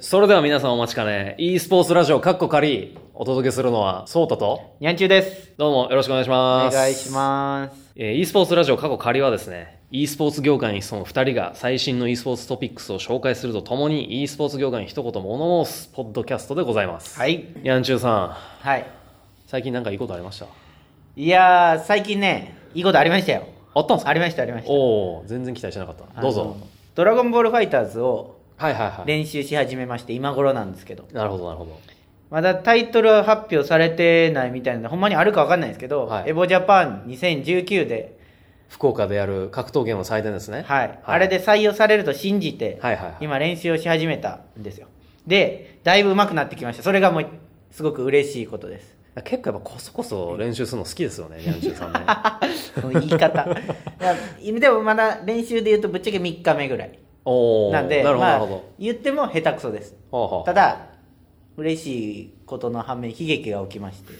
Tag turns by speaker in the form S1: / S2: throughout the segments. S1: それでは皆さんお待ちかね、e スポーツラジオカッコ仮、お届けするのは、ソータと、
S2: にゃんちゅうです。
S1: どうもよろしくお願いし
S2: お
S1: ます。
S2: 願いします。
S1: えー e スポーツラジオ過去仮はですね、e スポーツ業界にその2人が最新の e スポーツトピックスを紹介するとともに e スポーツ業界に一言物申すポッドキャストでございます。。
S2: はいい。
S1: ヤンチューさん、
S2: はい。
S1: 最近なんかいいことありました
S2: いやー、最近ね、いいことありましたよ。
S1: あったんですか
S2: ありました、ありました。
S1: おお全然期待してなかった。どう
S2: あ
S1: ぞ
S2: の。。ドラゴンボールファイターズを
S1: はいはいはい。
S2: 練習し始めまして、今頃なんですけど。
S1: なるほどなるほど。
S2: まだタイトルは発表されてないみたいなんで、ほんまにあるかわかんないですけど、
S1: はい
S2: エボジャパン2019で、
S1: 福岡でやる格闘ゲームの祭典ですね。
S2: はい。あれで採用されると信じて、
S1: はいはいはい
S2: 今練習をし始めたんですよ。で、だいぶ上手くなってきました。それがもう、すごく嬉しいことです。
S1: 結構やっぱこそこそ練習するの好きですよね、 ヤンチューさんね。
S2: その言い方いやでもまだ練習で言うとぶっちゃけ3日目ぐらい
S1: おお
S2: なんで
S1: なるほどな
S2: ま
S1: る
S2: あ
S1: ほど。
S2: 言っても下手くそです
S1: ほうほう
S2: ただ嬉しいことの反面悲劇が起きまして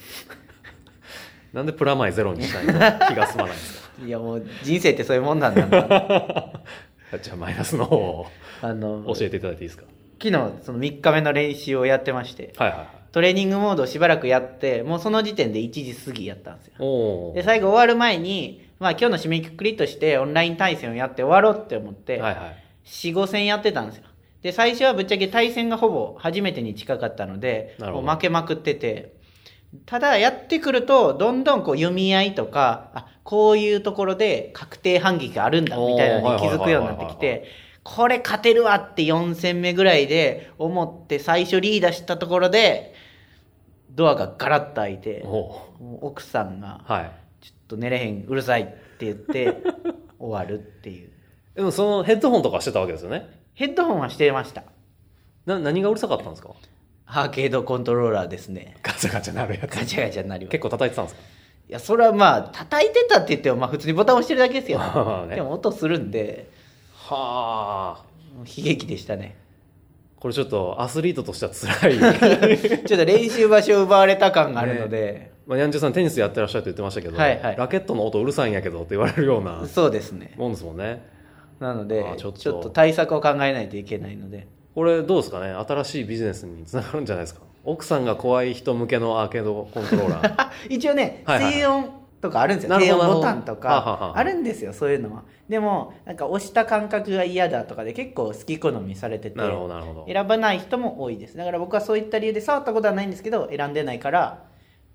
S1: なんでプラマイゼロにしたいの気が済まないんですか
S2: いやもう人生ってそういうもんなん だな
S1: じゃあマイナスの方を
S2: あの
S1: 教
S2: 昨
S1: えていただいていいですか
S2: 日その3日目の練習をやってまして
S1: はいはいはい。
S2: トレーニングモードをしばらくやってもうその時点で1時過ぎやったんですよ
S1: おお。
S2: で最後終わる前にまあ今日の締めくくりとしてオンライン対戦をやって終わろうって思って、
S1: はいはい。
S2: 45戦やってたんですよで最初はぶっちゃけ対戦がほぼ初めてに近かったので
S1: なるほど
S2: もう負けまくっててただやってくるとどんどんこう読み合いとかあこういうところで確定反撃があるんだみたいなのに気づくようにな
S1: おーはいはいはい
S2: ってき
S1: はいは
S2: てこれ勝てるわって4戦目ぐらいで思って最初リーダーしたところでドアがガラッと開いて
S1: おお
S2: もう奥さんが
S1: ー。はい。
S2: 「ちょっと寝れへんうるさい」って言って 終わるっていう
S1: でもそのヘッドホンとかしてたわけですよね。
S2: ヘッドホンはしてました
S1: な何がうるさかったんですか
S2: アーケードコントローラーですね。
S1: ガチャガチャなるやつ。
S2: ガチャガチャになりま す。
S1: 結構叩いてたんです
S2: いや、それはまあ、叩いてたって言っても、まあ普通にボタン押してるだけで すよ。
S1: かね
S2: でも音するんで、
S1: はあ。
S2: もう悲劇でしたね。
S1: これちょっとアスリートとしては辛 い。
S2: ちょっと練習場所を奪われた感があるので、
S1: まあ、ヤンジュさんテニスやってらっしゃると言ってましたけど、
S2: はいはい
S1: ラケットの音うるさいんやけどって言われるような
S2: そうですね。
S1: もんですもんね。
S2: なので
S1: あ、ち
S2: ち
S1: ょ
S2: ょ
S1: っ
S2: っ
S1: と
S2: と対策を考えないといけないので。
S1: これどうですかね新しいビジネスにつながるんじゃないですか奥さんが怖い人向けのアーケードコントローラー
S2: 一応ね、
S1: はいはいはい
S2: 静音とかあるんですよ
S1: なる
S2: 低
S1: ほど
S2: 音ボタンと
S1: はあはあは
S2: か
S1: あ
S2: あるんですよそういうのはでもなんか押した感覚が嫌だとかで結構好き好みされて て
S1: なるほどなるほど
S2: 選ばない人も多いですだから僕はそういった理由で触ったことはないんですけど選んでないから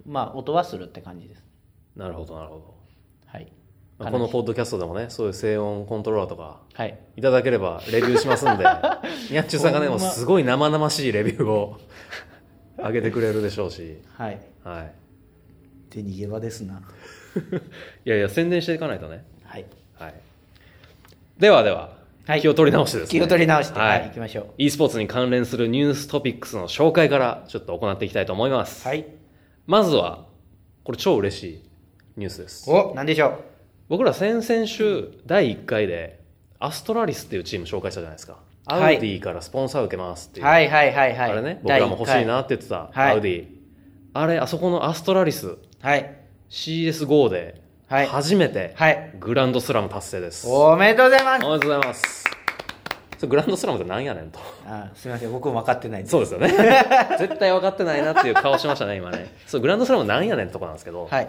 S2: まあ音はするって感じです
S1: なるほどなるほ
S2: はい
S1: どこのポッドキャストでもねそういう静音コントローラーとか
S2: はい
S1: いただければレビューします んでにゃっちゅうさんがね
S2: ほ
S1: も
S2: ん
S1: う
S2: ます
S1: ごい生々しいレビューを 上げてくれるでしょうし、
S2: はい
S1: はい、
S2: 手逃げ場ですない
S1: やいや宣伝していかないとね、
S2: はい
S1: はい、ではでは、
S2: はい
S1: 気を取り直してですね
S2: 気を取り直して
S1: は
S2: はい
S1: い、
S2: 行きましょう
S1: e スポーツに関連するニューストピックスの紹介からちょっと行っていきたいと思います、
S2: はい
S1: まずは、これ超嬉しいニュースです。
S2: おなんでしょう
S1: 僕ら先々週第1回で、アストラリスっていうチーム紹介したじゃないですか。ア
S2: は
S1: ウ
S2: い
S1: ディからスポンサー受けますっていう。
S2: はいはいはいはい
S1: あれね、僕らも欲しいなって言ってた、
S2: はい
S1: アウディ。あれ、あそこのアストラリス、
S2: 第一回
S1: CS5 で、
S2: はい
S1: 初めて、
S2: はいはい
S1: グランドスラム達成です。お
S2: おめでとうございます
S1: めでとうございます。それグランドスラムってなんやねんと。
S2: あすみません僕も分かってないです
S1: そうです よね。絶対分かってないなっていう顔しましたね、今ね。そう、グランドスラムなんやねんってとこなんですけど、
S2: はい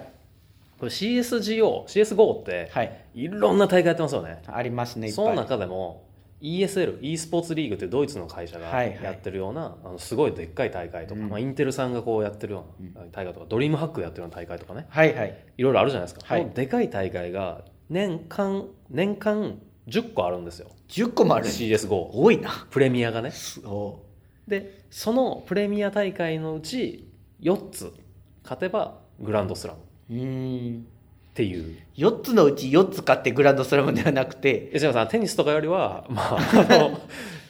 S1: これ CSGO、CS5 って、
S2: はい
S1: いろんな大会やってますよね。
S2: ありますねいっぱ
S1: その
S2: い
S1: 中でも ESL、e スポーツリーグっていうドイツの会社が
S2: はいはい
S1: やってるような、あのすごいでっかい大会とか、まあ、インテルさんがこうやってるような大会とか、ドリームハックやってるような大会とかね、
S2: はいはい
S1: いろいろあるじゃないですか。
S2: はい
S1: このでかい大会が年間、年間10個あるんですよ。
S2: 10個もある
S1: CS5。
S2: 多いな
S1: プレミアがね。
S2: お
S1: で、そのプレミア大会のうち4つ勝てばグランドスラムっ
S2: うーん
S1: ていう。
S2: 4つのうち4つ買ってグランドスラムではなくて、
S1: 吉山さん、テニスとかよりは、まあ、あ の、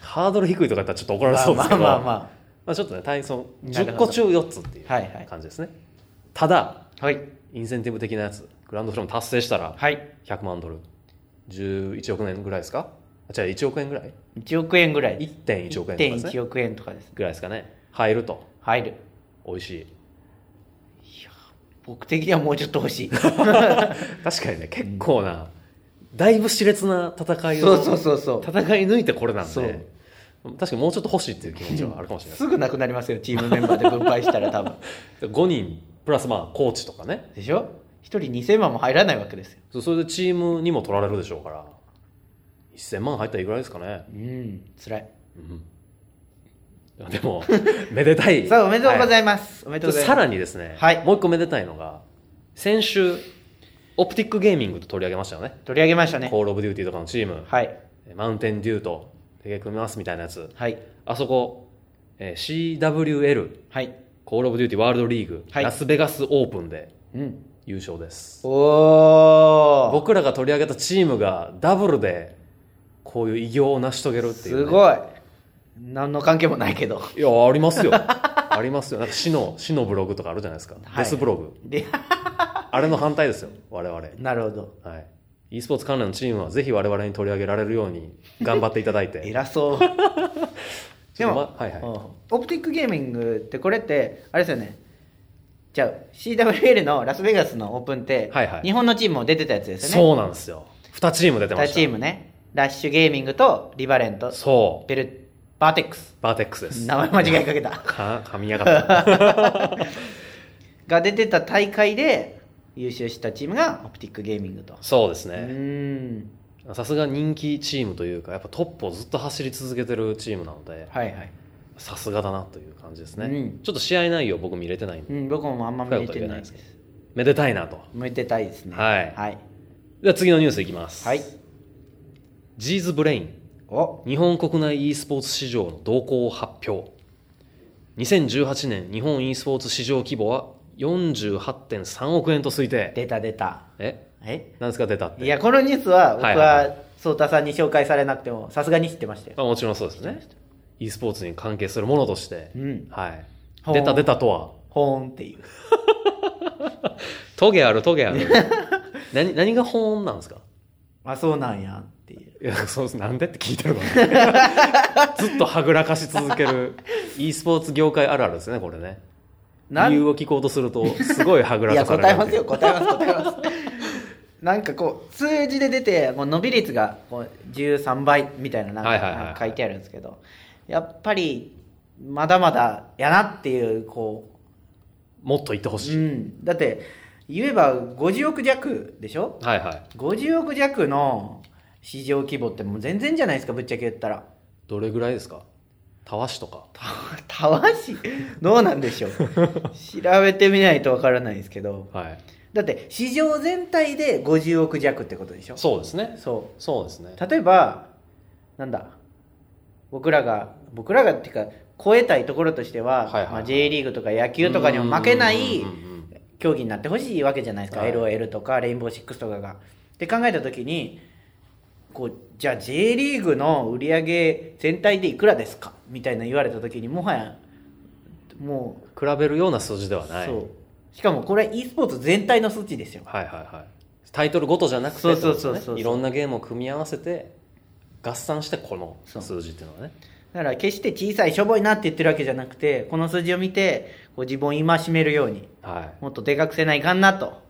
S1: ハードル低いとかだったらちょっと怒られ
S2: まあ
S1: そうですけど、
S2: まあま
S1: まあちょっとね、体操、
S2: なる
S1: 10
S2: ほ
S1: 個
S2: ど
S1: 中4つっていう
S2: はいはい
S1: 感じですね。ただ、
S2: あはい
S1: インセンティブ的なやつ、グランドスラム達成したら、
S2: はい
S1: 100万ドル、11億円ぐらいですかあ、違う、1億円ぐらい
S2: 1億円ぐらい
S1: ?1.1 億円とかですね。
S2: 1.1億円とかですね
S1: ぐらいですかね。入ると、
S2: 入る
S1: 美味しい。
S2: 僕的にはもうちょっと欲しい
S1: 確かにね、結構な、だいぶ熾烈な戦い
S2: そ
S1: を
S2: うそうそうそう
S1: 戦い抜いてこれなんで
S2: そう
S1: 確かにもうちょっと欲しいっていう気持ちはあるかもしれない
S2: すぐなくなりますよ、チームメンバーで分配したら多分。
S1: 5人プラスまあコーチとかね
S2: でしょ ?1 人2000万も入らないわけですよ。
S1: そうそれでチームにも取られるでしょうから1000万入ったらいくらですかね、
S2: うん、辛い。
S1: うん、でも めでたい
S2: さあ、おめでとうご
S1: は
S2: ざいます。おめ
S1: い
S2: でとうございます。
S1: さらにですね、
S2: はい
S1: もう一個めでたいのが先週オプティックゲーミングと取り上げましたよね
S2: 取り上げましたね。
S1: コール・オブ・デューティーとかのチーム、
S2: はい。
S1: マウンテン・デューと手組みますみたいなやつ
S2: はい。
S1: あそこ、えー CWL
S2: はい。
S1: コール・オブ・デューティーワールドリーグ、
S2: はい
S1: ラスベガスオープンで
S2: うん。
S1: 優勝です
S2: おー。
S1: 僕らが取り上げたチームがダブルでこういう偉業を成し遂げるっていうね、
S2: すごい。何の関係もないけど。
S1: いやありますよ ありますよなんか市の市のブログとかあるじゃないですか、
S2: はい
S1: デスブログ
S2: で、
S1: あれの反対ですよ我々
S2: なるほど。
S1: はい e スポーツ関連のチームはぜひ我々に取り上げられるように頑張っていただいて
S2: 偉そう。
S1: ち
S2: で
S1: ょっ
S2: も
S1: と、まはいはい
S2: うんオプティックゲーミングってこれって、あれですよね。じゃあ CWL のラスベガスのオープンって、
S1: はいはい
S2: 日本のチームも出てたやつですよね。
S1: そうなんですよ2チーム出てま
S2: 他
S1: した
S2: チームね。ラッシュゲーミングとリバレント、
S1: そ
S2: ベル、バーテックス
S1: う。バーテックスです
S2: 名前間違いかけた。
S1: か噛みやがった
S2: が出てた大会で優勝したチームがオプティックゲーミングと。
S1: そうです
S2: う
S1: ね
S2: ーん。
S1: さすが人気チームというかやっぱトップをずっと走り続けてるチームなので
S2: はいはい。
S1: さすがだなという感じですね、
S2: うん
S1: ちょっと試合内容僕見れてないんで
S2: うん、僕もあんま見れてないです。
S1: めでたいなと
S2: 向いてたいですね。
S1: はい
S2: はい。
S1: では次のニュースいきます、
S2: はい。
S1: ジーズブレイン
S2: お
S1: 日本国内 e スポーツ市場の動向を発表2018年日本 e スポーツ市場規模は48.3億円と推定
S2: 出た出た。
S1: え
S2: え
S1: 何ですか出たって
S2: いや、このニュースは僕
S1: はいはい
S2: は颯太さんに紹介されなくても、さすがに知ってましたよ。
S1: まあ、もちろんそうですね e スポーツに関係するものとして、
S2: うん。
S1: はい
S2: ほう
S1: 出た出たとは
S2: ほーんっていう。
S1: トゲあるトゲあ る何何が本音なんですか
S2: あ、そうなんやっていう。
S1: いやそうですなんでって聞いてる のにずっとはぐらかし続ける e スポーツ業界あるあるですねこれね
S2: なん
S1: 理由を聞こうとするとすごいはぐら
S2: いや、
S1: かされる
S2: 答えますよ、答えます、答えます。 なんかこう、数字で出て、こう伸び率がこう13倍みたいななんか、
S1: はいはいはい
S2: なんか書いてあるんですけど、やっぱり、まだまだやなっていう、こ
S1: もっと言ってほ
S2: う、
S1: し
S2: う
S1: い、
S2: ん、だって、言えば50億弱でしょ
S1: はいはい
S2: ?50 億弱の市場規模ってもう全然じゃないですか、ぶっちゃけ言ったら。
S1: どれぐらいですかたわしとか
S2: た たわし、どうなんでしょう。調べてみないとわからないですけど、
S1: はい
S2: だって、市場全体で50億弱ってことでしょ
S1: そうですね
S2: そう。
S1: そうですね
S2: 例えばなんだ僕らが僕らがっていうか超えたいところとして
S1: はい
S2: は、
S1: はいはい
S2: まあ、J リーグとか野球とかにも負けない
S1: うんうんうんうん
S2: 競技になってほしいわけじゃないですか、
S1: はい
S2: LOL とかレインボーシックスとかが。って考えた時にこうじゃあ J リーグの売り上げ全体でいくらですかみたいな言われた時にもはやも
S1: 比べるような数字では
S2: う、
S1: ない
S2: そうしかもこれは e スポーツ全体の数値ですよ。
S1: はいはいはいタイトルごとじゃなくて
S2: そうそうそうそ
S1: っ
S2: う
S1: てことですねいろんなゲームを組み合わせて合算してこの数字っていうのはね
S2: だから決して小さいしょぼいなって言ってるわけじゃなくてこの数字を見てこう自分を戒めるように
S1: はい
S2: もっとでかくせないかんなと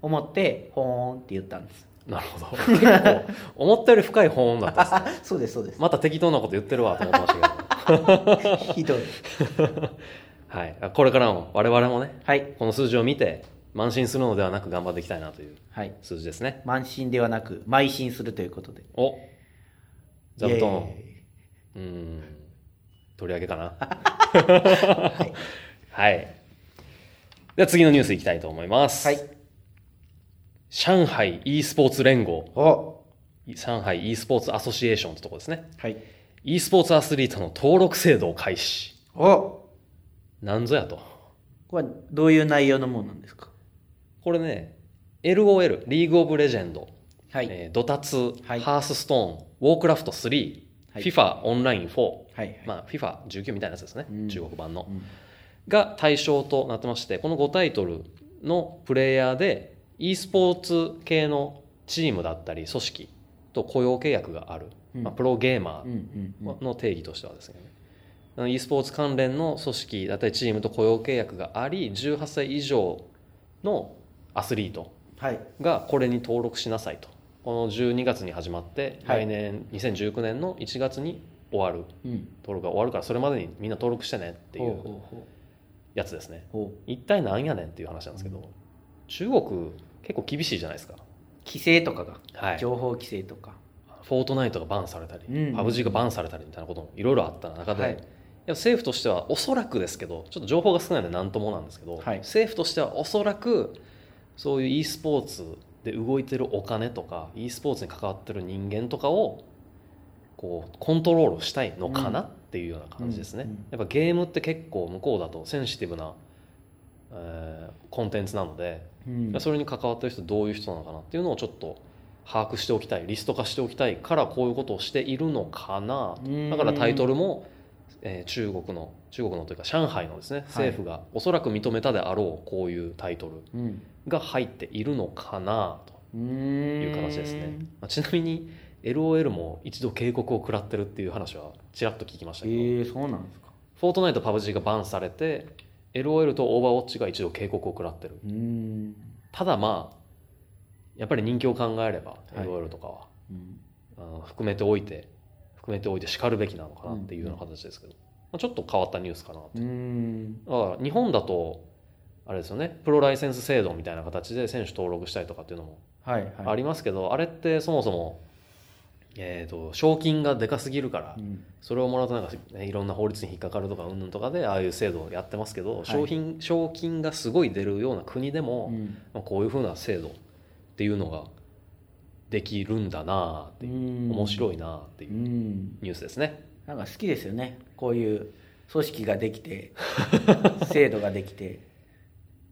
S2: 思ってほーんって言ったんです
S1: なるほど 結構思ったより深い保温だったんですね
S2: あ そうですそうです
S1: また適当なこと言ってるわと思ってましたけど
S2: ひどい
S1: はいこれからも我々もね
S2: はい
S1: この数字を見て慢心するのではなく頑張っていきたいなという
S2: はい
S1: 数字ですね
S2: 慢心ではなく邁進するということで
S1: お座布団
S2: イエ
S1: うーん取り上げかな はい、では次のニュースいきたいと思います、
S2: ーイはい
S1: 上海 e スポーツ連合
S2: お
S1: 上海 e スポーツアソシエーションってとこですね
S2: はい
S1: e スポーツアスリートの登録制度を開始
S2: お
S1: なんぞやと
S2: これはどういう内容のものなんですか
S1: これね LOL リーグオブレジェンド、
S2: は
S1: えードタツ、
S2: はい
S1: ハースストーンウォークラフト3、
S2: はい
S1: FIFA オンライン4、
S2: はい
S1: まあ、FIFA19 みたいなやつですね、
S2: うん
S1: 中国版の、
S2: うん
S1: が対象となってましてこの5タイトルのプレイヤーで e スポーツ系のチームだったり組織と雇用契約がある、
S2: うん
S1: まあ、プロゲーマ
S2: うんうんうん
S1: ーの定義としてはですね、あの e スポーツ関連の組織だったりチームと雇用契約があり18歳以上のアスリート
S2: はい
S1: がこれに登録しなさいとこの12月に始まって
S2: はい
S1: 来年2019年の1月に終わる
S2: うん
S1: 登録が終わるからそれまでにみんな登録してねってい
S2: ほう
S1: う
S2: ほうほ
S1: やつですね
S2: うほう
S1: 一体なんやねんっていう話なんですけど中国結構厳しいじゃないですか
S2: 規制とかが、
S1: はい
S2: 情報規制とか
S1: フォートナイトがバンされたり、
S2: うん
S1: パブ G がバンされたりみたいなこともいろいろあった中で、
S2: はい
S1: いや政府としてはおそらくですけどちょっと情報が少ないので何ともなんですけど、
S2: はい
S1: 政府としてはおそらくそういう e スポーツで動いてるお金とか e スポーツに関わってる人間とかをこうコントロールしたいのかなっていうような感じですね、
S2: うんうん
S1: やっぱゲームって結構向こうだとセンシティブな、えーコンテンツなので
S2: うん
S1: それに関わってる人どういう人なのかなっていうのをちょっと把握しておきたいリスト化しておきたいからこういうことをしているのかなと
S2: うん
S1: だからタイトルも、えー中国の中国のというか上海のですね政府がおそらく認めたであろうこういうタイトル
S2: うん
S1: が入っているのかな
S2: う
S1: と
S2: ー
S1: い
S2: ん
S1: う形ですね、まあ、ちなみに LOL も一度警告を食らってるっていう話はちらっと聞きました
S2: え
S1: けど、
S2: ー、そうなんですか
S1: フォートナイトパブ G がバンされて LOL とオーバーウォッチが一度警告を食らってる
S2: うーん
S1: ただまあやっぱり人気を考えれば
S2: い
S1: LOL とかは、
S2: うん
S1: あの含めておいて含めておいてしかるべきなのかなっていうような形ですけど、まあ、ちょっと変わったニュースかなと
S2: うーん
S1: だから日本だとあれですよねプロライセンス制度みたいな形で選手登録したりとかっていうのも
S2: はい
S1: あ
S2: はい
S1: りますけど、あれってそもそも、えー、と賞金がでかすぎるから、
S2: うん
S1: それをもらうとなんかねいろんな法律に引っかかるとかうんぬんとかでああいう制度をやってますけど、
S2: い
S1: 賞品賞金がすごい出るような国でも、
S2: うん
S1: まあ、こういうふうな制度っていうのができるんだなあっていう、
S2: うん
S1: 面白いなあっていううんニュースですね
S2: なんか好きですよねこういう組織ができて制度ができて、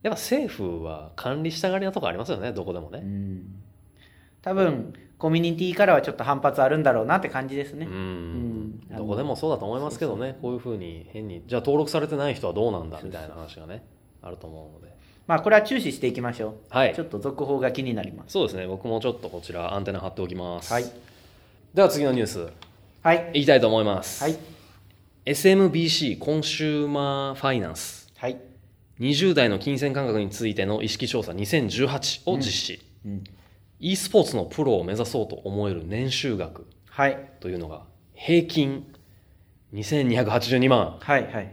S1: やっぱ政府は管理したがりなとこありますよねどこでも
S2: う
S1: ね
S2: ん、多分コミュニティからはちょっと反発あるんだろうなって感じです
S1: う
S2: ね、
S1: ん
S2: うん
S1: どこでもそうだと思いますけどねこういうふうに変にじゃあ登録されてない人はどうなんだみたいな話がねあると思うので
S2: まあこれは注視していきましょう、
S1: はい
S2: ちょっと続報が気になります
S1: そうですね僕もちょっとこちらアンテナ張っておきます、
S2: はい
S1: では次のニュース
S2: はい
S1: いきたいと思います、
S2: はい
S1: SMBC コンシューマーファイナンス
S2: はい、
S1: 20代の金銭感覚についての意識調査2018を実施、
S2: うん、
S1: e スポーツのプロを目指そうと思える年収額
S2: はい
S1: というのが平均2282万
S2: はいはい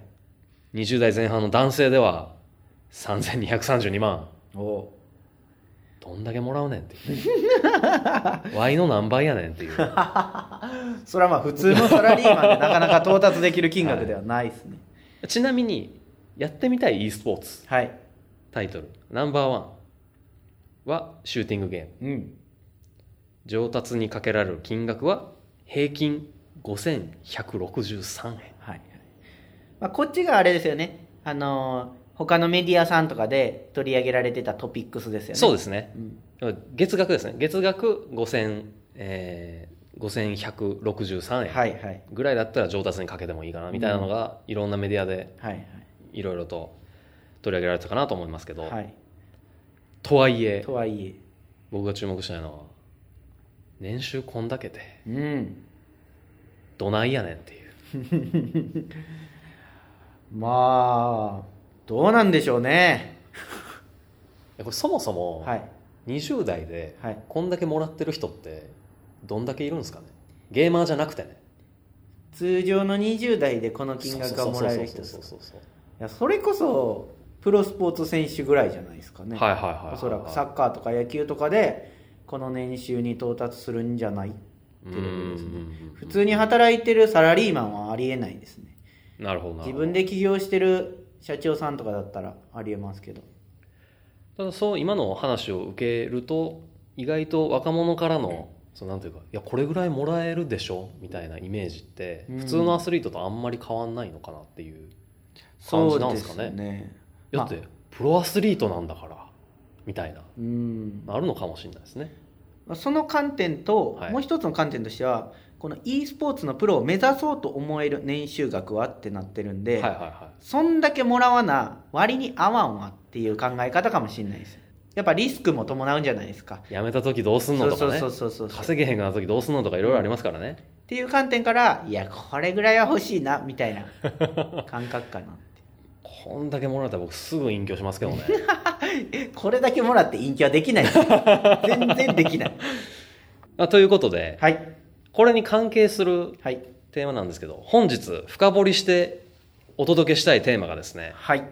S1: 20代前半の男性では3232万
S2: お
S1: どんだけもらうねんって いうね Y の何倍やねんっていう
S2: それはまあ普通のサラリーマンでなかなか到達できる金額ではないですね
S1: ちなみにやってみたい e スポーツ
S2: はい、
S1: タイトルナンバーワンはシューティングゲーム
S2: うん
S1: 上達にかけられる金額は平均5163円
S2: はいはいまあ、こっちがあれですよねあのー他のメディアさんとかで取り上げられてたトピックスですよね
S1: そう
S2: う
S1: ですね
S2: ん、
S1: 月額ですね月額5000、えー、5163円
S2: はいはい
S1: ぐらいだったら上達にかけてもいいかなみたいなのが、いろんなメディアで
S2: はい
S1: いろいろと取り上げられたかなと思いますけど、
S2: はい、はい、
S1: とはいえ
S2: とはいえ
S1: 僕が注目したいのは年収こんだけで
S2: うん
S1: どないやねんっていう
S2: まあどうなんでしょうね
S1: えこれそもそも
S2: はい
S1: 20代で
S2: はい
S1: こんだけもらってる人ってどんだけいるんですかねゲーマーじゃなくてね
S2: 通常の20代でこの金額がもらえる人です
S1: そ
S2: か
S1: うそうそうそうそう
S2: いやそれこそプロスポーツ選手ぐらいじゃないですかね、
S1: はいはいはいはいはい
S2: おそらくサッカーとか野球とかでこの年収に到達するんじゃないって
S1: うん
S2: い
S1: う
S2: う
S1: ん
S2: ことですね
S1: うん
S2: 普通に働いてるサラリーマンはありえないですね
S1: なるほどなるほど
S2: 自分で起業してる社長さんとかだったらありえますけど
S1: ただそう今の話を受けると意外と若者からのそのなんていうかいやこれぐらいもらえるでしょみたいなイメージって
S2: うん
S1: 普通のアスリートとあんまり変わんないのかなっていう感
S2: そ
S1: じ
S2: う
S1: なん
S2: で
S1: ですか
S2: す
S1: ね
S2: ね
S1: だってプロアスリートなんだからみたいな
S2: うん
S1: あるのかもしれないですね
S2: その観点と、
S1: はい
S2: もう一つの観点としてはこの e スポーツのプロを目指そうと思える年収額はってなってるんで、
S1: はいはいは
S2: そんだけもらわな割に合わんわっていう考え方かもしれないですやっぱリスクも伴うんじゃないですか
S1: いやめた時どうすん
S2: そ
S1: の
S2: う
S1: と
S2: そ
S1: か
S2: う
S1: ね
S2: そうそうそうっ
S1: 稼げへんくなった時どうすんのとかいろいろありますからね
S2: ていう観点からいやこれぐらいは欲しいなみたいな感覚かなっ
S1: こんだけもらったら僕すぐ隠居しますけどね
S2: てこれだけもらって陰気はできないです全然できない
S1: あということで
S2: はい
S1: これに関係する
S2: はい
S1: テーマなんですけど本日深掘りしてお届けしたいテーマがですね
S2: はい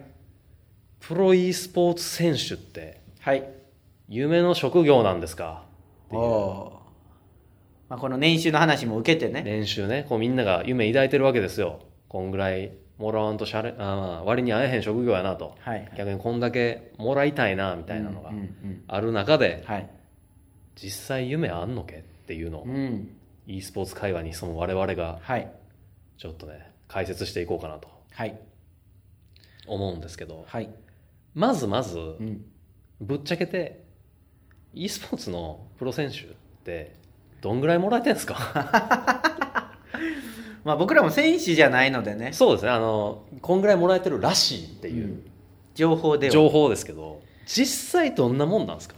S1: プロ e スポーツ選手って
S2: はい
S1: 夢の職業なんですかっていう
S2: おーまあ、この年収の話も受けてね
S1: 練習ねこうみんなが夢抱いてるわけですよこんぐらいもらわんとしゃれあーまあ割に会えへん職業やなと
S2: はいはい
S1: 逆にこんだけもらいたいなみたいなのが
S2: うんうん
S1: ある中で
S2: うんはい
S1: 実際夢あんのけっていうのを
S2: うん
S1: e スポーツ界隈に潜む我々が
S2: はい
S1: ちょっとね解説していこうかなと
S2: はい
S1: 思うんですけど
S2: はい
S1: まずまず
S2: うん
S1: ぶっちゃけて e スポーツのプロ選手ってどんぐらいもらえてんすか
S2: まあ僕らも選手じゃないのでね
S1: そうですねあのこんぐらいもらえてるらしいって
S2: う
S1: いうん
S2: 情報ではい
S1: 情報ですけど実際どんなもんなんですか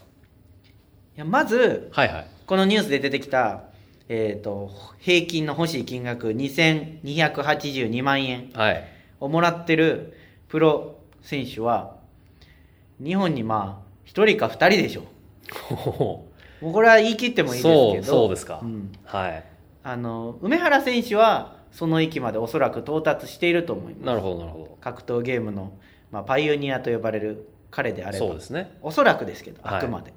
S2: やまず
S1: はいはい
S2: このニュースで出てきた、えー、と平均の欲しい金額2282万円
S1: はい
S2: をもらってるプロ選手は日本にまあ1人か2人でしょ
S1: ほほほ
S2: もうこれは言い切ってもいいですけど
S1: そうそうですか
S2: ん
S1: はい
S2: あの梅原選手はその域までおそらく到達していると思います
S1: なるほどなるほ
S2: 格闘ゲームの、まあ、パイオニアと呼ばれる彼で
S1: ど
S2: あれ
S1: そう
S2: ば
S1: ですね
S2: おそらくですけど
S1: はい
S2: あくまで、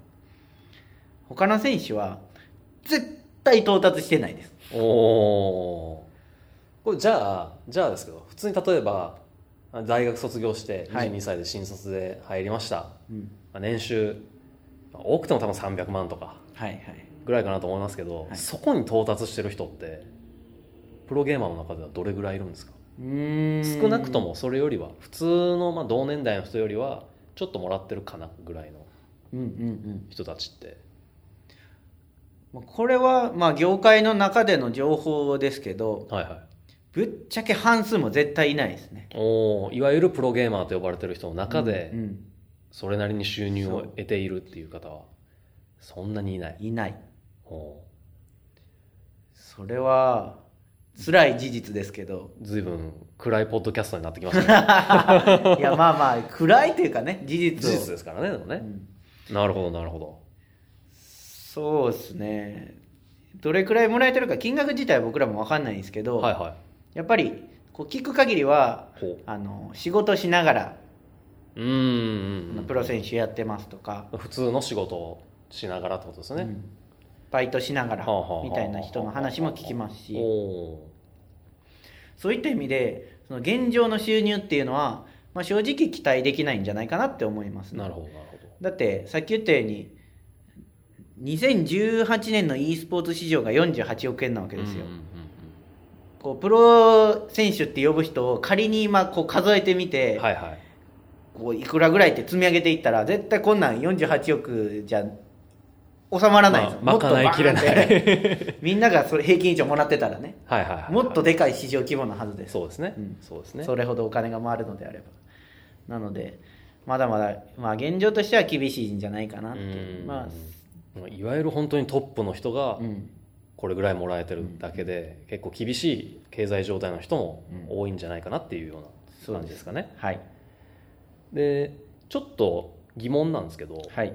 S2: 他の選手は絶対到達してないです
S1: おおこれじゃあじゃあですけど普通に例えばあ大学卒業して
S2: はい
S1: 22歳で新卒で入りました、
S2: うん
S1: まあ年収まあ多くても多分300万とか
S2: はいはい
S1: ぐらいかなと思いますけど、
S2: はい
S1: そこに到達してる人ってプロゲーマーの中ではどれぐらいいるんですか
S2: うーん
S1: 少なくともそれよりは普通のまあ同年代の人よりはちょっともらってるかなぐらいの
S2: うんうんうん
S1: 人たちって
S2: まあこれはまあ業界の中での情報ですけど
S1: はいはい
S2: ぶっちゃけ半数も絶対いないですね
S1: おーいわゆるプロゲーマーと呼ばれてる人の中
S2: う
S1: で
S2: ん
S1: それなりに収入を
S2: そう
S1: 得ているっていう方はそんなにいない
S2: いない
S1: お
S2: それは辛い事実ですけど
S1: ーずいぶん暗いポッドキャストになってきま したね
S2: いやまあまあ暗いというかね事
S1: 事
S2: 実を
S1: 実ですからねでも
S2: う
S1: ね
S2: ん
S1: なるほどなるほど
S2: そうですねどれくらいもらえてるか金額自体は僕らも分かんないんですけど、
S1: はいは
S2: やっぱりこう聞く限りはい
S1: ほ
S2: あの仕事しながら
S1: ううーん
S2: プロ選手やってますとか、
S1: 普通の仕事をしながらってことですね、
S2: うんバイトしながら
S1: はあはあはあ
S2: みたいな人の話も聞きます
S1: お
S2: し
S1: お
S2: そういった意味でその現状の収入っていうのは、まあ、正直期待できないんじゃないかなって思います
S1: ー
S2: ね
S1: なるほどなるほど
S2: だってさっき言ったように2018年の e スポーツ市場が48億円なわけですよ、
S1: うんうんうん
S2: こうプロ選手って呼ぶ人を仮に今こう数えてみ
S1: う
S2: て、
S1: んはいはい
S2: こういくらぐらいって積み上げていったら絶対こんなん48億じゃ収まらないですよ、
S1: まあまかないきれない
S2: もっとバーンって みんながそれ平均以上もらってたらね
S1: はいはいはいはい
S2: もっとでかい市場規模のはずです、
S1: そうですね、
S2: うん
S1: そうですね
S2: それほどお金が回るのであればなのでまだまだ、まあ、現状としては厳しいんじゃないかなっていう
S1: うん
S2: ま
S1: いわゆる本当にトップの人が
S2: あうん
S1: これぐらいもらえてるだけで、結構厳しい経済状態の人も多いんじゃないかなっていうような感じですかね。
S2: はい
S1: でちょっと疑問なんですけど、
S2: はい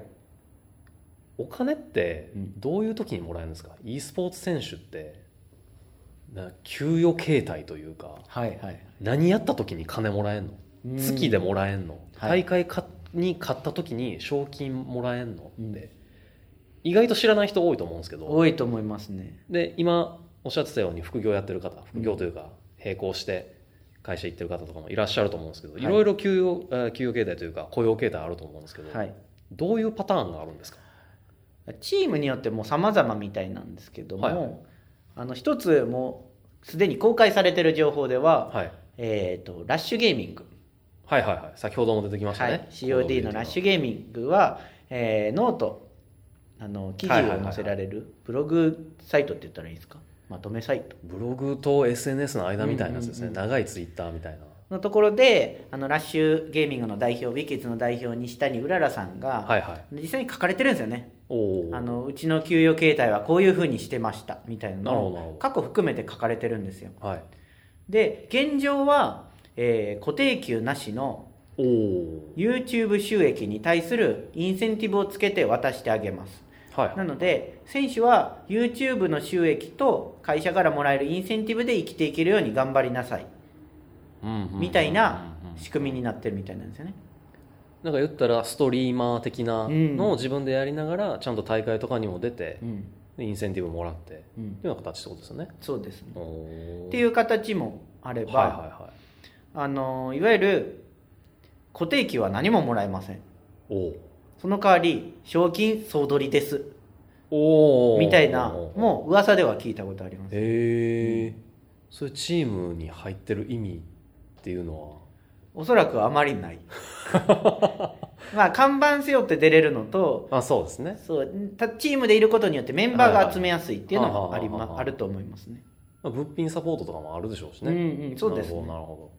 S1: お金って
S2: うん
S1: どういう時にもらえるんですか、e スポーツ選手ってな給与形態というか
S2: はいはい
S1: 何やった時に金もらえんの、
S2: うん
S1: 月でもらえんの、
S2: はい
S1: 大会かに勝った時に賞金もらえんの、
S2: うん
S1: で意外と知らない人多いと思うんですけど
S2: 多いと思いますね
S1: で今おっしゃってたように副業やってる方副業というか並行して会社行ってる方とかもいらっしゃると思うんですけど、
S2: はい
S1: い、ろいろ給与えー給与形態というか雇用形態あると思うんですけど、
S2: はい
S1: どういうパターンがあるんですか
S2: チームによっても様々みたいなんですけども、
S1: はいはい
S2: あの一つもうすでに公開されてる情報では、
S1: はい、
S2: えー、とラッシュゲーミング、
S1: はいはいはい先ほども出てきました
S2: は
S1: ね、
S2: い、COD のラッシュゲーミングは、えーノートあの記事を載せられるブログサイトって言ったらいいですかまとめサイト
S1: ブログと SNS の間みたいなやつですね、
S2: うん
S1: 長いツイッターみたいな
S2: のところであのラッシュゲーミングの代表ウィキッズの代表西谷うららさんが、
S1: はいはい
S2: 実際に書かれてるんですよね
S1: おお
S2: あのうちの給与形態はこういうふうにしてましたみたいな
S1: なるほどなる
S2: の
S1: ほ
S2: を
S1: ど
S2: 過去含めて書かれてるんですよ
S1: はい
S2: で現状は、えー固定給なしの
S1: おお
S2: YouTube 収益に対するインセンティブをつけて渡してあげます
S1: はいはい
S2: なので選手は YouTube の収益と会社からもらえるインセンティブで生きていけるように頑張りなさい
S1: うんうん
S2: みたいな
S1: うんうん
S2: 仕組みになってるみたいなんですよね
S1: なんか言ったらストリーマー的な
S2: うん
S1: のを自分でやりながらちゃんと大会とかにも出て
S2: うん、
S1: インセンティブもらってっ
S2: うん、
S1: ていうような形ってことですよね
S2: そうですね
S1: おー
S2: っていう形もあれば、
S1: はいはいはい
S2: あのいわゆる固定給は何ももらえません
S1: おー
S2: その代わり賞金総取りです
S1: おー
S2: みたいなもう噂では聞いたことあります
S1: へえそういうチームに入ってる意味っていうのは
S2: おそらくあまり ないまあ看板背負って出れるのと
S1: あそうですね
S2: そうたチームでいることによってメンバーが集めやすいっていうのもあり
S1: はいはいはいはいはい
S2: ま
S1: はい
S2: あると思いますね
S1: まあ物品サポートとかもあるでしょうしね、
S2: うんうんそうですね
S1: なるほ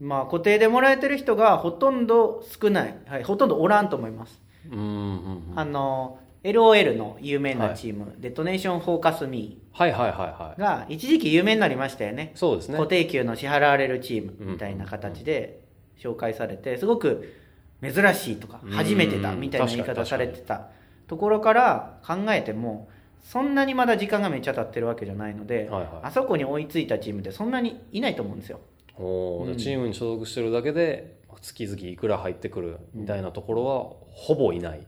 S2: まあ固定でもらえてる人がほとんど少ない、はい、ほとんどおらんと思います、
S1: どなるほどうんうんうん
S2: あの LOL の有名なチーム、デトネーションフォーカスミ
S1: はいはいはいはい
S2: ーが一時期有名になりましたよね
S1: そうですね
S2: 固定給の支払われるチームみたいな形で紹介されてすごく珍しいとか
S1: うん
S2: 初めてだみたいな言い
S1: 確か
S2: 方
S1: に
S2: されてたところから考えてもそんなにまだ時間がめっちゃ経ってるわけじゃないので
S1: はいは
S2: あそこに追いついたチームってそんなにいないと思うんですよ。
S1: いおーじゃあチームに所属してるだけで月々いくら入ってくるみたいなところはほぼいない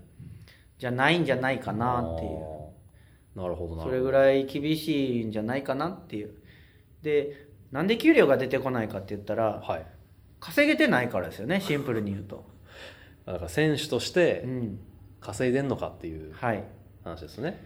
S2: じゃないんじゃないかなっていう
S1: あーなるほどなるほど
S2: それぐらい厳しいんじゃないかなっていう。でなんで給料が出てこないかって言ったら
S1: はい
S2: 稼げてないからですよねシンプルに言 うと。
S1: だから選手とし
S2: う
S1: て
S2: ん
S1: 稼いでんのかっていう
S2: はい、
S1: 話ですね、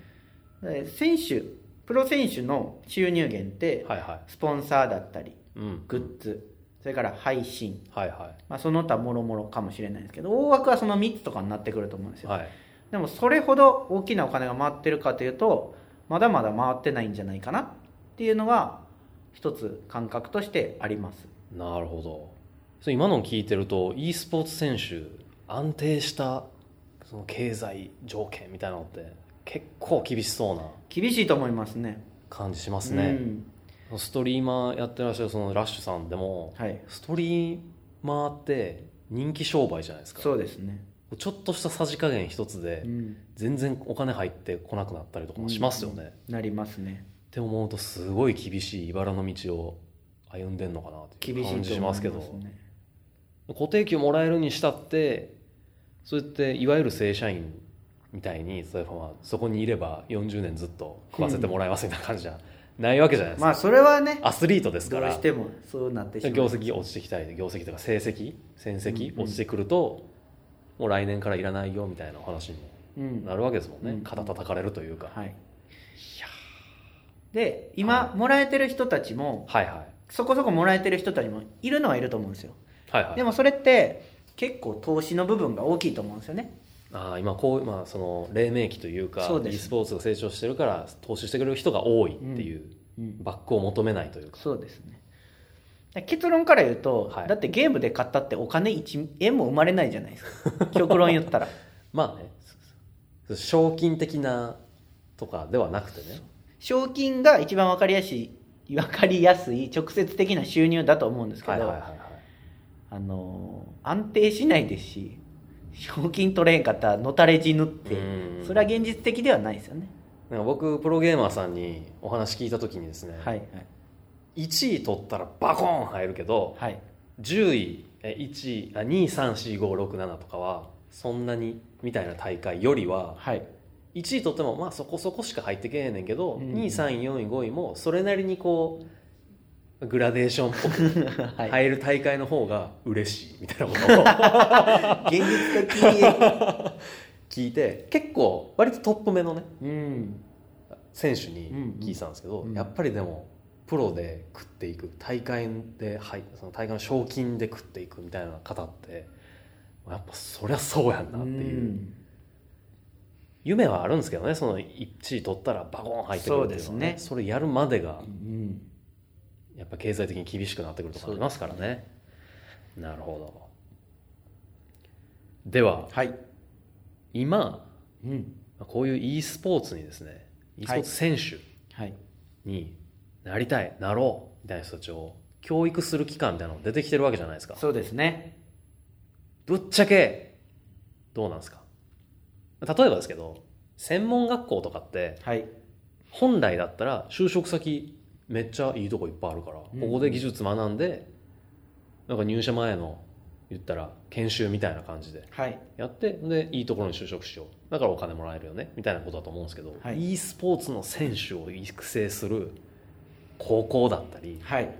S2: で選手プロ選手の収入源って
S1: はいはい
S2: スポンサーだったり
S1: うん
S2: グッズ、それから配信、
S1: はいは
S2: まあ、その他もろもろかもしれないですけど大枠はその3つとかになってくると思うんです
S1: い
S2: よ、
S1: はい
S2: でもそれほど大きなお金が回ってるかというとまだまだ回ってないんじゃないかなっていうのが一つ感覚としてあります
S1: なるほどそれ今のを聞いてると e スポーツ選手安定したその経済条件みたいなのって結構厳しそうな
S2: 厳しいと思いますね
S1: 感じしますね、ストリーマーやってらっしゃるそのラッシュさんで
S2: うん
S1: も
S2: はい
S1: ストリーマーって人気商売じゃないですか
S2: そうですね、
S1: ちょっとしたさじ加減一つで
S2: うん
S1: 全然お金入ってこなくなったりとかもしますよね、っ
S2: なりますね
S1: て思うとすごい厳しい茨の道を歩んでんのかなってい
S2: 厳
S1: う
S2: しいと思
S1: 感
S2: いま
S1: じ
S2: す
S1: し
S2: ね
S1: ますけど固定給もらえるにしたってそうやっていわゆる正社員みたいに例えばまあそこにいれば40年ずっと食わせてもらえますみたいな感じじゃないわけじゃないですか、
S2: まあそれはね
S1: アスリートです
S2: ど
S1: か
S2: う
S1: ら
S2: してもそうなってしまう
S1: 業績落ちてきたり業績とか成績戦績
S2: うんうん
S1: 落ちてくると、もう来年からいらないよみたいなお話に
S2: うん
S1: なるわけですもんね、
S2: うん
S1: 肩叩かれるというか、
S2: はいで今、
S1: は
S2: もらえてる人たちも
S1: はい、はいはい
S2: そこそこもらえてる人たちもいるのはいると思うんですよ
S1: はい
S2: でもそれって結構投資の部分が大きいと思うんですよね
S1: ああ今こう、まあ、その黎明期というか
S2: そうです
S1: e スポーツが成長してるから投資してくれる人が多いっていう、
S2: うん
S1: バックを求めないというか
S2: そうですねだから結論から言うと、
S1: はい
S2: だってゲームで買ったってお金1円も生まれないじゃないです か極論言ったら
S1: まあねそう賞金的なとかではなくてね
S2: 賞金が一番分かりやすい分かりやすい直接的な収入だと思うんですけど、
S1: はいはいはいはい
S2: あのー安定しないですし賞金取れへんかったらのたれ死ぬって
S1: うん
S2: それは現実的ではないですよね
S1: なんか僕プロゲーマーさんにお話聞いた時にですね、
S2: はい
S1: 1位取ったらバコーン入るけど
S2: はい
S1: 10位え1位あ2位3 4 5 6 7とかはそんなにみたいな大会よりは
S2: はい
S1: 1位取ってもまあそこそこしか入ってけえへんねんけど、
S2: うん
S1: 2位3位4位5位もそれなりにこうグラデーションっぽく
S2: はい、
S1: 入る大会の方が嬉しいみたいなことを
S2: 現実的
S1: 聞いて結構割とトップ目のね
S2: うん
S1: 選手に聞いてたんですけど、
S2: うんうん
S1: やっぱりでもプロで食っていく大会ではいその大会の賞金で食っていくみたいな方ってやっぱそりゃそうやんなっていう、
S2: うん
S1: 夢はあるんですけどねその1位取ったらバコン入ってくるっていうのは
S2: そうですね
S1: それやるまでが
S2: うん
S1: やっぱ経済的に厳しくなってくるとかありますからねなるほどでは
S2: はい
S1: 今
S2: うん
S1: こういう e スポーツにですね e スポーツ選手、
S2: はい
S1: になりたいなろうみたいな人たちを教育する機関みたいなの出てきてるわけじゃないですか
S2: そうですね
S1: ぶっちゃけどうなんですか例えばですけど専門学校とかって
S2: はい
S1: 本来だったら就職先めっちゃいいとこいっぱいあるから、
S2: うん
S1: ここで技術学んでなんか入社前の言ったら研修みたいな感じで
S2: はい
S1: やってでいいところに就職しようだからお金もらえるよねみたいなことだと思うんですけど、
S2: はい
S1: e スポーツの選手を育成する高校だったり
S2: はい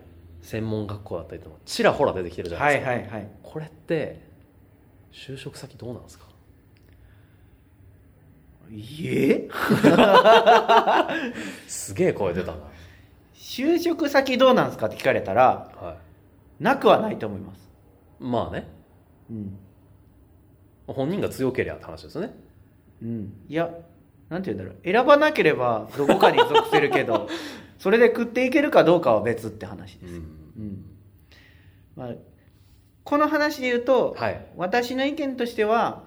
S1: 専門学校だったりってのがちらほら出てきてるじゃな
S2: はいい
S1: ですか、
S2: はいはい
S1: これって就職先どうなんですか
S2: いえ
S1: すげえ声出たな、
S2: 就職先どうなんですかって聞かれたら
S1: は
S2: なくはないと思います、
S1: い、まあね
S2: うん
S1: 本人が強ければって話ですよね
S2: うん、いやなんて言うんだろう選ばなければどこかに属するけ どそれで食っていけるかどうかは別って話です、うんまあ、この話で言うと、
S1: はい
S2: 私の意見としては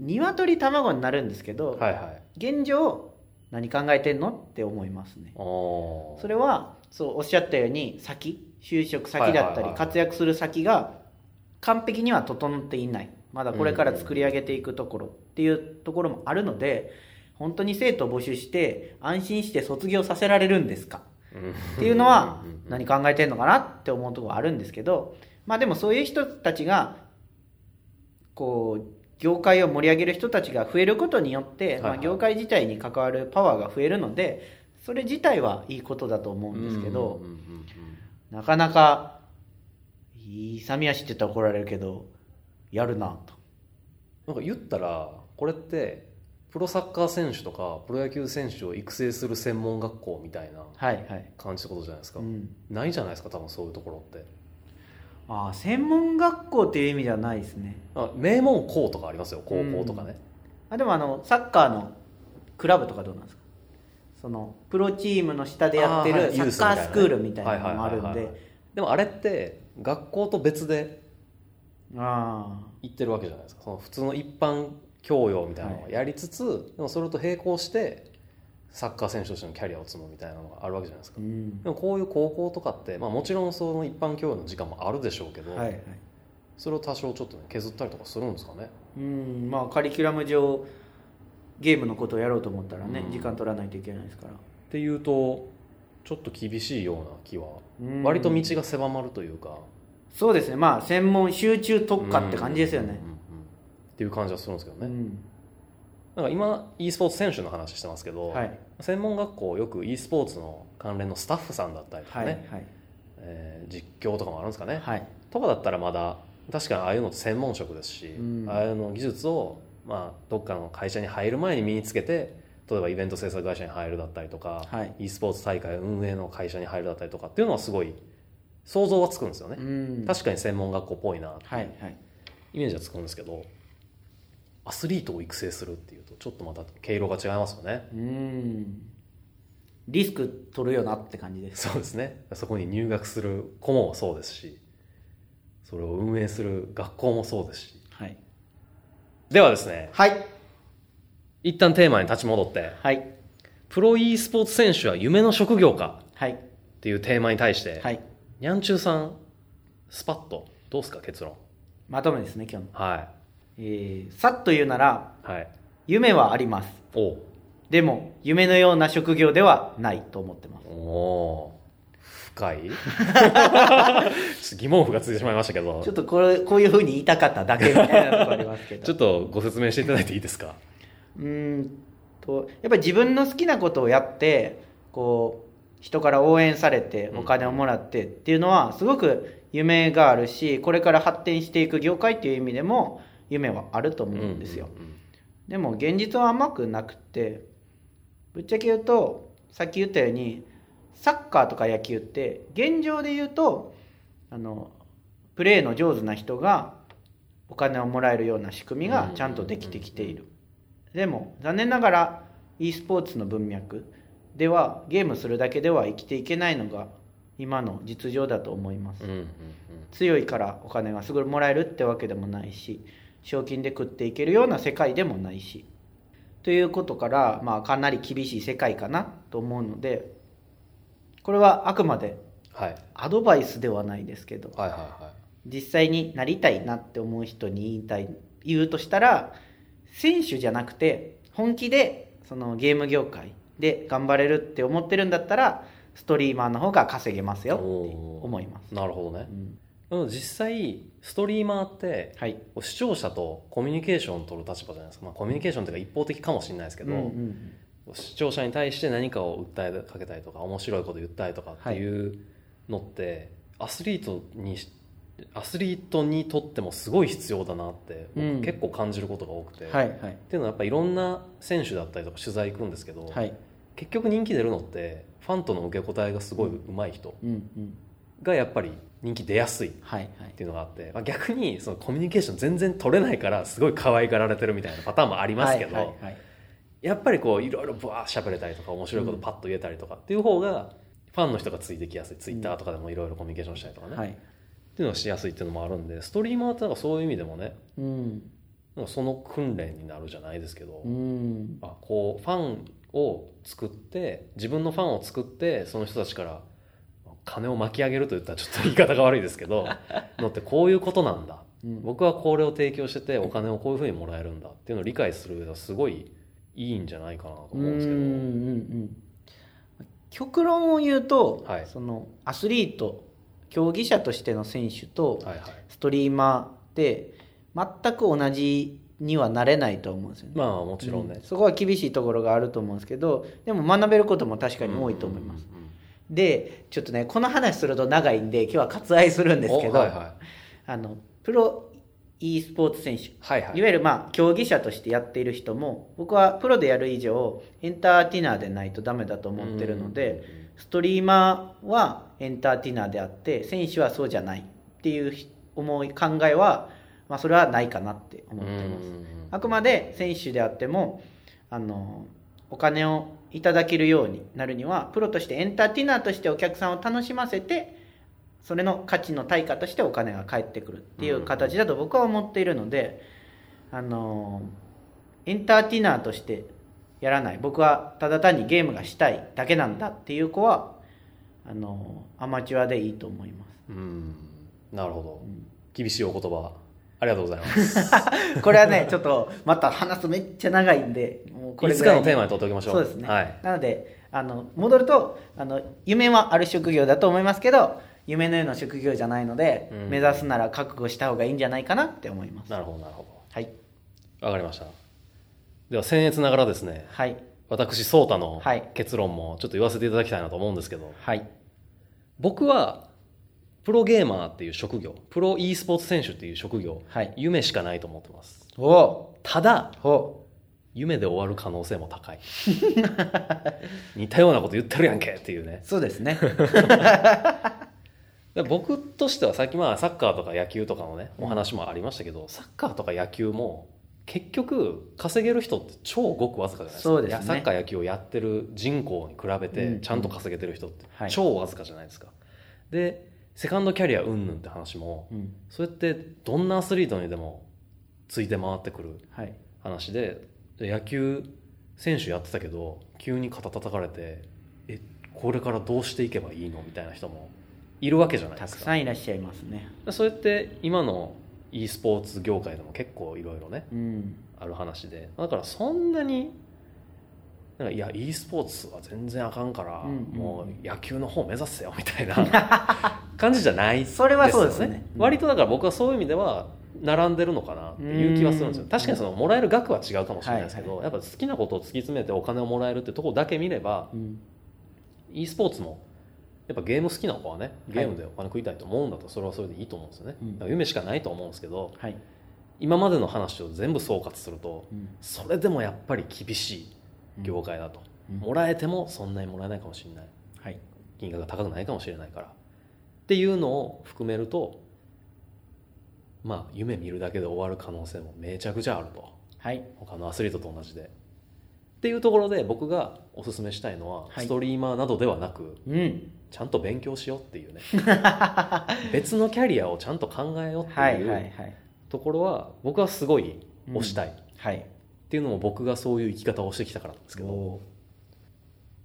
S2: 鶏卵になるんですけど、
S1: はいはい
S2: 現状何考えてんのって思いますね
S1: お
S2: それはそうおっしゃったように先就職先
S1: はいはいは
S2: だった
S1: い
S2: り
S1: はい
S2: 活躍する先が完璧には整っていないまだこれから作り上げていくところっていうところもあるので本当に生徒を募集して安心して卒業させられるんですかっていうのは何考えてんのかなって思うところはあるんですけどまあでもそういう人たちがこう業界を盛り上げる人たちが増えることによって、
S1: はいはい
S2: まあ、業界自体に関わるパワーが増えるのでそれ自体はいいことだと思うんですけど、
S1: うんうんうんうん
S2: なかなか勇み足って言ったら怒られるけどやるなと
S1: なんか言ったらこれってプロサッカー選手とかプロ野球選手を育成する専門学校みたいな
S2: はいはい、
S1: 感じってことじゃないですか、
S2: うん、
S1: ないじゃないですか多分そういうところって
S2: ああ専門学校っていう意味ではないですね
S1: あ名門校とかありますよ高校とかね、
S2: あでもあのサッカーのクラブとかどうなんですかそのプロチームの下でやって
S1: あーは
S2: る
S1: い
S2: サ
S1: ユー
S2: ッ
S1: スみたいな
S2: カー
S1: ね
S2: スクールみたいなのもあるん
S1: はいはいはいは
S2: で
S1: いでもあれって学校と別で
S2: ああ
S1: 行ってるわけじゃないですかその普通の一般教養みたいなのを
S2: は
S1: やりつつ、でもそれと並行してサッカー選手としてのキャリアを積むみたいなのがあるわけじゃないですか、
S2: うん
S1: でもこういう高校とかって、まあ、もちろんその一般教養の時間もあるでしょうけど、
S2: はいはい
S1: それを多少ちょっとね、削ったりとかするんですかね
S2: うんまあカリキュラム上ゲームのことをやろうと思ったらね、
S1: うん
S2: 時間取らないといけないですから
S1: っていうとちょっと厳しいような気は
S2: うん
S1: 割と道が狭まるというか
S2: そうですねまあ専門集中特化って感じですよね
S1: うんうんうんうんっていう感じはするんですけど
S2: う
S1: ね、
S2: ん
S1: なんか今 e スポーツ選手の話してますけど、
S2: はい
S1: 専門学校よく e スポーツの関連のスタッフさんだったりとか
S2: は
S1: ね、
S2: いはい
S1: えー実況とかもあるんですかね、
S2: はい
S1: とかだったらまだ確かにああいうのって専門職ですし、
S2: うん
S1: ああいうの技術を、まあ、どっかの会社に入る前に身につけて例えばイベント制作会社に入るだったりとか、
S2: はい
S1: e スポーツ大会運営の会社に入るだったりとかっていうのはすごい想像はつくんですよね、
S2: うん
S1: 確かに専門学校っぽいなって
S2: はいはい
S1: イメージはつくんですけどアスリートを育成するっていうとちょっとまた毛色が違いますよね
S2: うんリスク取るよなって感じです
S1: そうですねそこに入学する子もそうですしそれを運営する学校もそうですし
S2: はい
S1: ではですね
S2: はい
S1: 一旦テーマに立ち戻って
S2: はい
S1: プロ e スポーツ選手は夢の職業か
S2: はい
S1: っていうテーマに対して、
S2: はい
S1: にゃんちゅうさんスパッとどうですか結論
S2: まとめですね今日の、
S1: は
S2: えー、さっと言うなら
S1: いはい
S2: 夢はあります
S1: おう
S2: でも夢のような職業ではないと思ってます
S1: おー深い ちょっと疑問符がついてしまいましたけど
S2: ちょっとこれこういうふうに言いたかっただけみたいなとこありますけ ど
S1: ちょっとご説明していただいていいですか
S2: うーんとやっぱり自分の好きなことをやってこう人から応援されて
S1: うん
S2: お金をもらってっていうのはすごく夢があるしこれから発展していく業界っていう意味でも夢はあると思うんですよ、でも現実は甘くなくてぶっちゃけ言うとさっき言ったようにサッカーとか野球って現状で言うとあのプレーの上手な人がお金をもらえるような仕組みがちゃんとできてきているでも残念ながら e スポーツの文脈ではゲームするだけでは生きていけないのが今の実情だと思います
S1: うんうんうん
S2: 強いからお金がすぐもらえるってわけでもないし賞金で食っていけるような世界でもないしということから、まあ、かなり厳しい世界かなと思うのでこれはあくまで
S1: はい
S2: アドバイスではないですけど
S1: はいはいはい
S2: 実際になりたいなって思う人に言いたい言うとしたら選手じゃなくて本気でそのゲーム業界で頑張れるって思ってるんだったらストリーマーの方が稼げますよって思います、
S1: なるほどね
S2: う、ん
S1: うん、実際ストリーマーって
S2: はい
S1: 視聴者とコミュニケーションを取る立場じゃないですか、まあ、コミュニケーションというか一方的かもしれないですけど、
S2: うんうん
S1: 視聴者に対して何かを訴えかけたりとか面白いこと言ったりとかっていうのって、アスリートにしアスリートにとってもすごい必要だなって僕
S2: うん
S1: 結構感じることが多くて、
S2: うん
S1: っ
S2: はいはい
S1: ていうのはやっぱいろんな選手だったりとか取材行くんですけど、
S2: はい
S1: 結局人気出るのってファンとの受け答えがすごい上手い人
S2: うんうん
S1: がやっぱり人気出やすいっ
S2: はいはい
S1: ていうのがあって、まあ、逆にそのコミュニケーション全然取れないからすごい可愛がられてるみたいなパターンもありますけど、
S2: はいはいはい
S1: やっぱりこういろいろぶわーしゃべれたりとか面白いことパッと言えたりとかっていう方がファンの人がついてきやすいツイッターとかでもいろいろコミュニケーションしたりとかね、
S2: は
S1: っ
S2: い
S1: ていうのがしやすいっていうのもあるんでストリーマーってなんかそういう意味でもね
S2: うん
S1: なんかその訓練になるじゃないですけど、
S2: うん
S1: あこうファンを作って自分のファンを作ってその人たちから金を巻き上げるといったらちょっと言い方が悪いですけ どのってこういうことなんだ
S2: うん
S1: 僕はこれを提供しててお金をこういうふうにもらえるんだっていうのを理解する上ではすごいいいんじゃないかなと思うんですけど。
S2: うんうんうん極論を言うと、
S1: はい
S2: そのアスリート競技者としての選手と
S1: はいはい、
S2: ストリーマーって全く同じにはなれないと思うんですよね。
S1: まあもちろんね、
S2: そこは厳しいところがあると思うんですけどでも学べることも確かに多いと思います。
S1: うん
S2: でちょっとねこの話すると長いんで今日は割愛するんですけど、
S1: おはいは
S2: あのプロ e スポーツ選手
S1: い、はいはい
S2: いわゆるまあ競技者としてやっている人も僕はプロでやる以上エンターテイナーでないとダメだと思ってるのでストリーマーはエンターテイナーであって選手はそうじゃないっていうひ思い考えはまあそれはないかなって
S1: うん
S2: 思
S1: う
S2: っ
S1: ん
S2: てます
S1: うん
S2: あくまで選手であってもあのお金をいただけるようになるにはプロとしてエンターテイナーとしてお客さんを楽しませてそれの価値の対価としてお金が返ってくるっていう形だと僕は思っているので、あのエンターテイナーとしてやらない僕はただ単にゲームがしたいだけなんだっていう子はあのアマチュアでいいと思いま
S1: うんなるほど、
S2: ん
S1: 厳しいお言葉ありがとうございます
S2: すこれはねちょっとまた話すめっちゃ長いんでもうこ
S1: い
S2: れ
S1: つ
S2: ぐら
S1: かの
S2: いに
S1: テーマに取っておきましょう
S2: そうですね、
S1: はい、
S2: なのであの戻るとあの夢はある職業だと思いますけど夢のような職業じゃないので、
S1: うん
S2: 目指すなら覚悟した方がいいんじゃないかなって思います
S1: なるほどなるほ
S2: はい
S1: どわかりましたでは僭越ながらですね
S2: はい
S1: 私颯太の
S2: はい
S1: 結論もちょっと言わせていただきたいなと思うんですけど、
S2: はい
S1: 僕はプロゲーマーっていう職業プロ e スポーツ選手っていう職業、
S2: はい
S1: 夢しかないと思ってます
S2: おお
S1: ただ
S2: ほ
S1: 夢で終わる可能性も高い 似たようなこと言ってるやんけっていうね
S2: うそうで すね
S1: で僕としてはさっきまあサッカーとか野球とかのねお話もありましたけど、サッカーとか野球も結局稼げる人って超ごくわずかじゃないですか
S2: そうですね
S1: いやサッカー野球をやってる人口に比べ
S2: う
S1: て
S2: ん
S1: ちゃんと稼げてる人って
S2: はい
S1: 超わずかじゃないですか、でセカンドキャリアうんぬんって話も
S2: うん
S1: それってどんなアスリートにでもついて回ってくる
S2: はい
S1: 話でで野球選手やってたけど急に肩叩かれてえこれからどうしていけばいいのみたいな人もいるわけじゃないで
S2: た
S1: す
S2: く
S1: か
S2: さんいらっしゃいますね
S1: それって今の e スポーツ業界でも結構いろいろね
S2: うん
S1: ある話でだからそんなになんかいや e スポーツは全然あかんから、
S2: うんうん
S1: もう野球の方目指せよみたいな 感じじゃないですよ
S2: それはそうですねうん
S1: 割とだから僕はそういう意味では並んでるのかなっていう気はするんですよ
S2: うん
S1: 確かにそのもらえる額は違うかもしれないですけど、
S2: は
S1: やっぱ好きなことを突き詰めてお金をもらえるってとこだけ見れば
S2: うん
S1: e スポーツもやっぱゲーム好きな子はねゲームでお金食いたいと思うんだったらそれはそれでいいと思うんですよね、
S2: うん
S1: だから夢しかないと思うんですけど
S2: はい、
S1: 今までの話を全部総括すると
S2: うん
S1: それでもやっぱり厳しい業界だと、
S2: うん
S1: もらえてもそんなにもらえないかもしれない
S2: はい
S1: 金額が高くないかもしれないからっていうのを含めるとまあ夢見るだけで終わる可能性もめちゃくちゃあると
S2: はい
S1: 他のアスリートと同じでっていうところで僕がおすすめしたいのは、
S2: はい
S1: ストリーマーなどではなく
S2: うん
S1: ちゃんと勉強しようって いうね別のキャリアをちゃんと考えようって
S2: はい
S1: い
S2: はいうはい
S1: ところは僕はすごい推したい、っ
S2: はい
S1: ていうのも僕がそういう生き方をしてきたからなんですけど
S2: お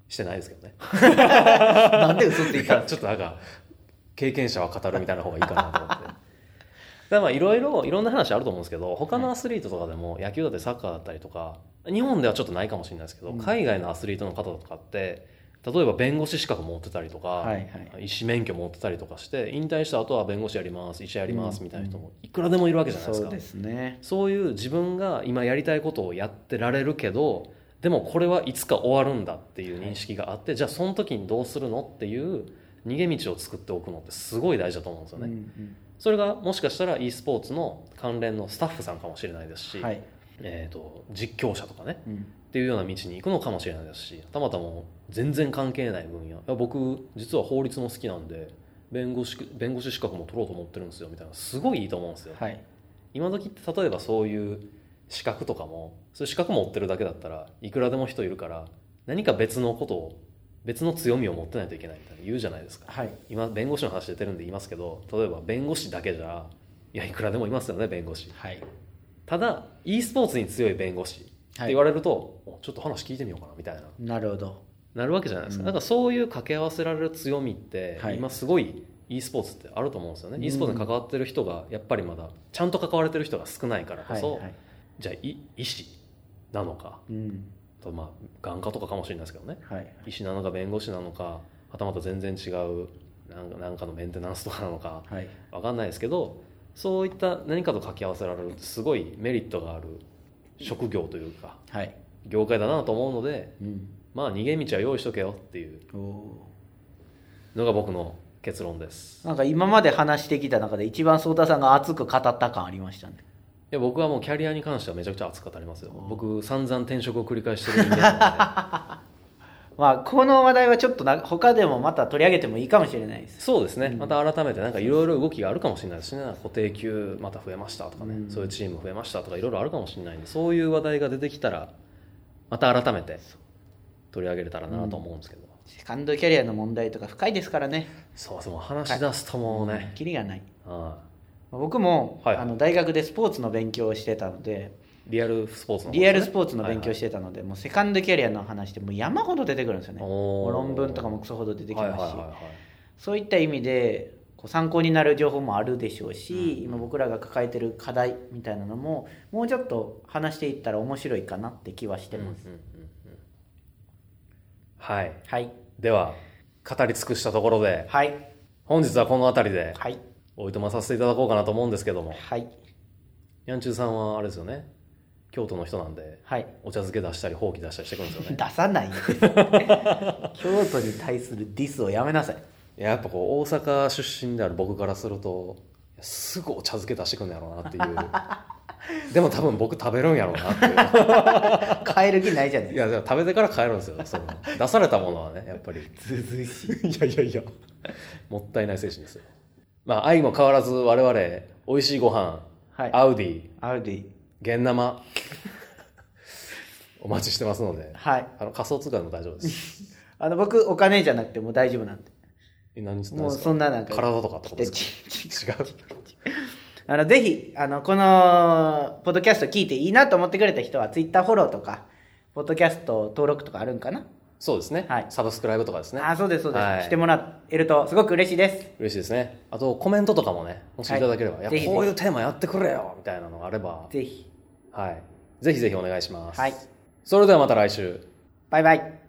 S1: してないですけどね
S2: ーなんで嘘つ い
S1: い
S2: た
S1: や
S2: んで
S1: ち
S2: す
S1: ょっとなんか経験者は語るみたいな方がいいかなと思ってらまあいろいろいろんな話あると思うんですけど他のアスリートとかでも野球だってサッカーだったりとか日本ではちょっとないかもしれないですけど、
S2: うん
S1: 海外のアスリートの方とかって例えば弁護士資格持ってたりとか、
S2: はいはい
S1: 医師免許持ってたりとかして引退した後は弁護士やります医者やりますみたいな人もいくらでもいるわけじゃないです
S2: そ
S1: か
S2: うですね
S1: そういう自分が今やりたいことをやってられるけどでもこれはいつか終わるんだっていう認識があって、じゃあその時にどうするのっていう逃げ道を作っておくのってすごい大事だと思うんですよね、
S2: うん
S1: それがもしかしたら e スポーツの関連のスタッフさんかもしれないです
S2: う
S1: し、
S2: んはい
S1: えー、と実況者とかね
S2: うん
S1: っていうような道に行くのかもしれないですしたまたま全然関係ない分野いや僕実は法律も好きなんで弁護士弁護士資格も取ろうと思ってるんですよみたいなすごいいいと思うんですよ、
S2: はい
S1: 今時って例えばそういう資格とかもそういう資格持ってるだけだったらいくらでも人いるから何か別のことを別の強みを持ってないといけないみたいな言うじゃないですか
S2: はい
S1: 今弁護士の話出てるんで言いますけど例えば弁護士だけじゃいやいくらでもいますよね弁護士
S2: はい
S1: ただ e スポーツに強い弁護士って
S2: はい
S1: 言われると、おちょっと話聞いてみようかなみたいな
S2: なるほど
S1: なるわけじゃないですか、
S2: うん
S1: なんかそういう掛け合わせられる強みって、
S2: はい
S1: 今すごい e スポーツってあると思うんですよね、
S2: うん
S1: e スポーツに関わってる人がやっぱりまだちゃんと関われてる人が少ないからこ
S2: はい
S1: そ、
S2: はい
S1: じゃあい医師なのか
S2: うん
S1: あとまあ眼科とかかもしれないですけどね
S2: はい
S1: 医師なのか弁護士なのかはたまた全然違うなんかなんかのメンテナンスとかなのか
S2: はい
S1: わかんないですけどそういった何かと掛け合わせられるってすごいメリットがある職業というか
S2: はい
S1: 業界だなと思うので
S2: うん
S1: まあ逃げ道は用意しとけよっていう
S2: おお
S1: のが僕の結論ですい
S2: なんか今まで話してきた中で一番颯太さんが熱く語った感ありましたね
S1: や僕はもうキャリアに関してはめちゃくちゃ熱く語りますよ僕散々転職を繰り返してる人間なんで
S2: まあこの話題はちょっとな他でもまた取り上げてもいいかもしれないです
S1: そうですね、また改めてなんかいろいろ動きがあるかもしれないですしね、固定給また増えましたとかね、
S2: うん
S1: そういうチーム増えましたとか、いろいろあるかもしれないんで、そういう話題が出てきたら、また改めて取り上げれたらなと思うんですけど、
S2: セカンドキャリアの問題とか深いですからね
S1: そうそう、話し出すともうね、
S2: キリがない
S1: は
S2: 僕も、
S1: はい
S2: あの大学でスポーツの勉強をしてたので
S1: いリアルスポーツの方ですね、
S2: リアルスポーツの勉強
S1: し
S2: してたので、もうセカンドキャリアの話ってもう山ほど出てくるんですよね
S1: おー
S2: 論文とかもクソほど出てきま
S1: はいは
S2: すし、
S1: いはいはい
S2: そういった意味でこう参考になる情報もあるでしょうし、今僕らが抱えてる課題みたいなのももうちょっと話していったら面白いかなって気はしてます、
S1: うんうんうんうんはい、
S2: はい
S1: では、語り尽くしたところで、
S2: はい
S1: 本日はこの辺りで
S2: はい
S1: おいとまさせていただこうかなと思うんですけども。
S2: はい
S1: ヤンチューさんはあれですよね京都の人なんで
S2: はい
S1: お茶漬け出したりほうき出したりしてくるんですよね
S2: 出さないです京都に対するディスをやめなさい
S1: いややっぱこう大阪出身である僕からするといやすぐお茶漬け出してくるんやろうなっていう でも多分僕食べるんやろうなってい
S2: 変える気ないじゃな
S1: う
S2: い
S1: いやでも食べてから帰るんですよその出されたものはねやっぱり
S2: 涼しい
S1: いやいやいやもったいない精神ですよまあ愛も変わらず我々美味しいご飯、
S2: はい
S1: アウディ
S2: アウディ
S1: 現生 お待ちしてますので
S2: はい
S1: あの仮想通貨でも大丈夫 です
S2: あの僕お金じゃなくてもう大丈夫なんで
S1: え何して
S2: も
S1: で
S2: う
S1: すか
S2: そんななんか
S1: 体とかってことですか違
S2: ち
S1: う
S2: あのぜひあのこのポッドキャスト聞いていいなと思ってくれた人はツイッターフォローとかポッドキャスト登録とかあるんかな、
S1: そうですね、
S2: はい
S1: サブスクライブとかですね
S2: あそうですそうです、
S1: はい
S2: してもらえるとすごく嬉しいです
S1: 嬉しいですねあとコメントとかもねもしいただければ、
S2: はい
S1: いや
S2: ぜひぜひ
S1: こういうテーマやってくれよみたいなのがあれば
S2: ぜひ
S1: はいぜひぜひお願いします、
S2: はい
S1: それではまた来週
S2: バイバイ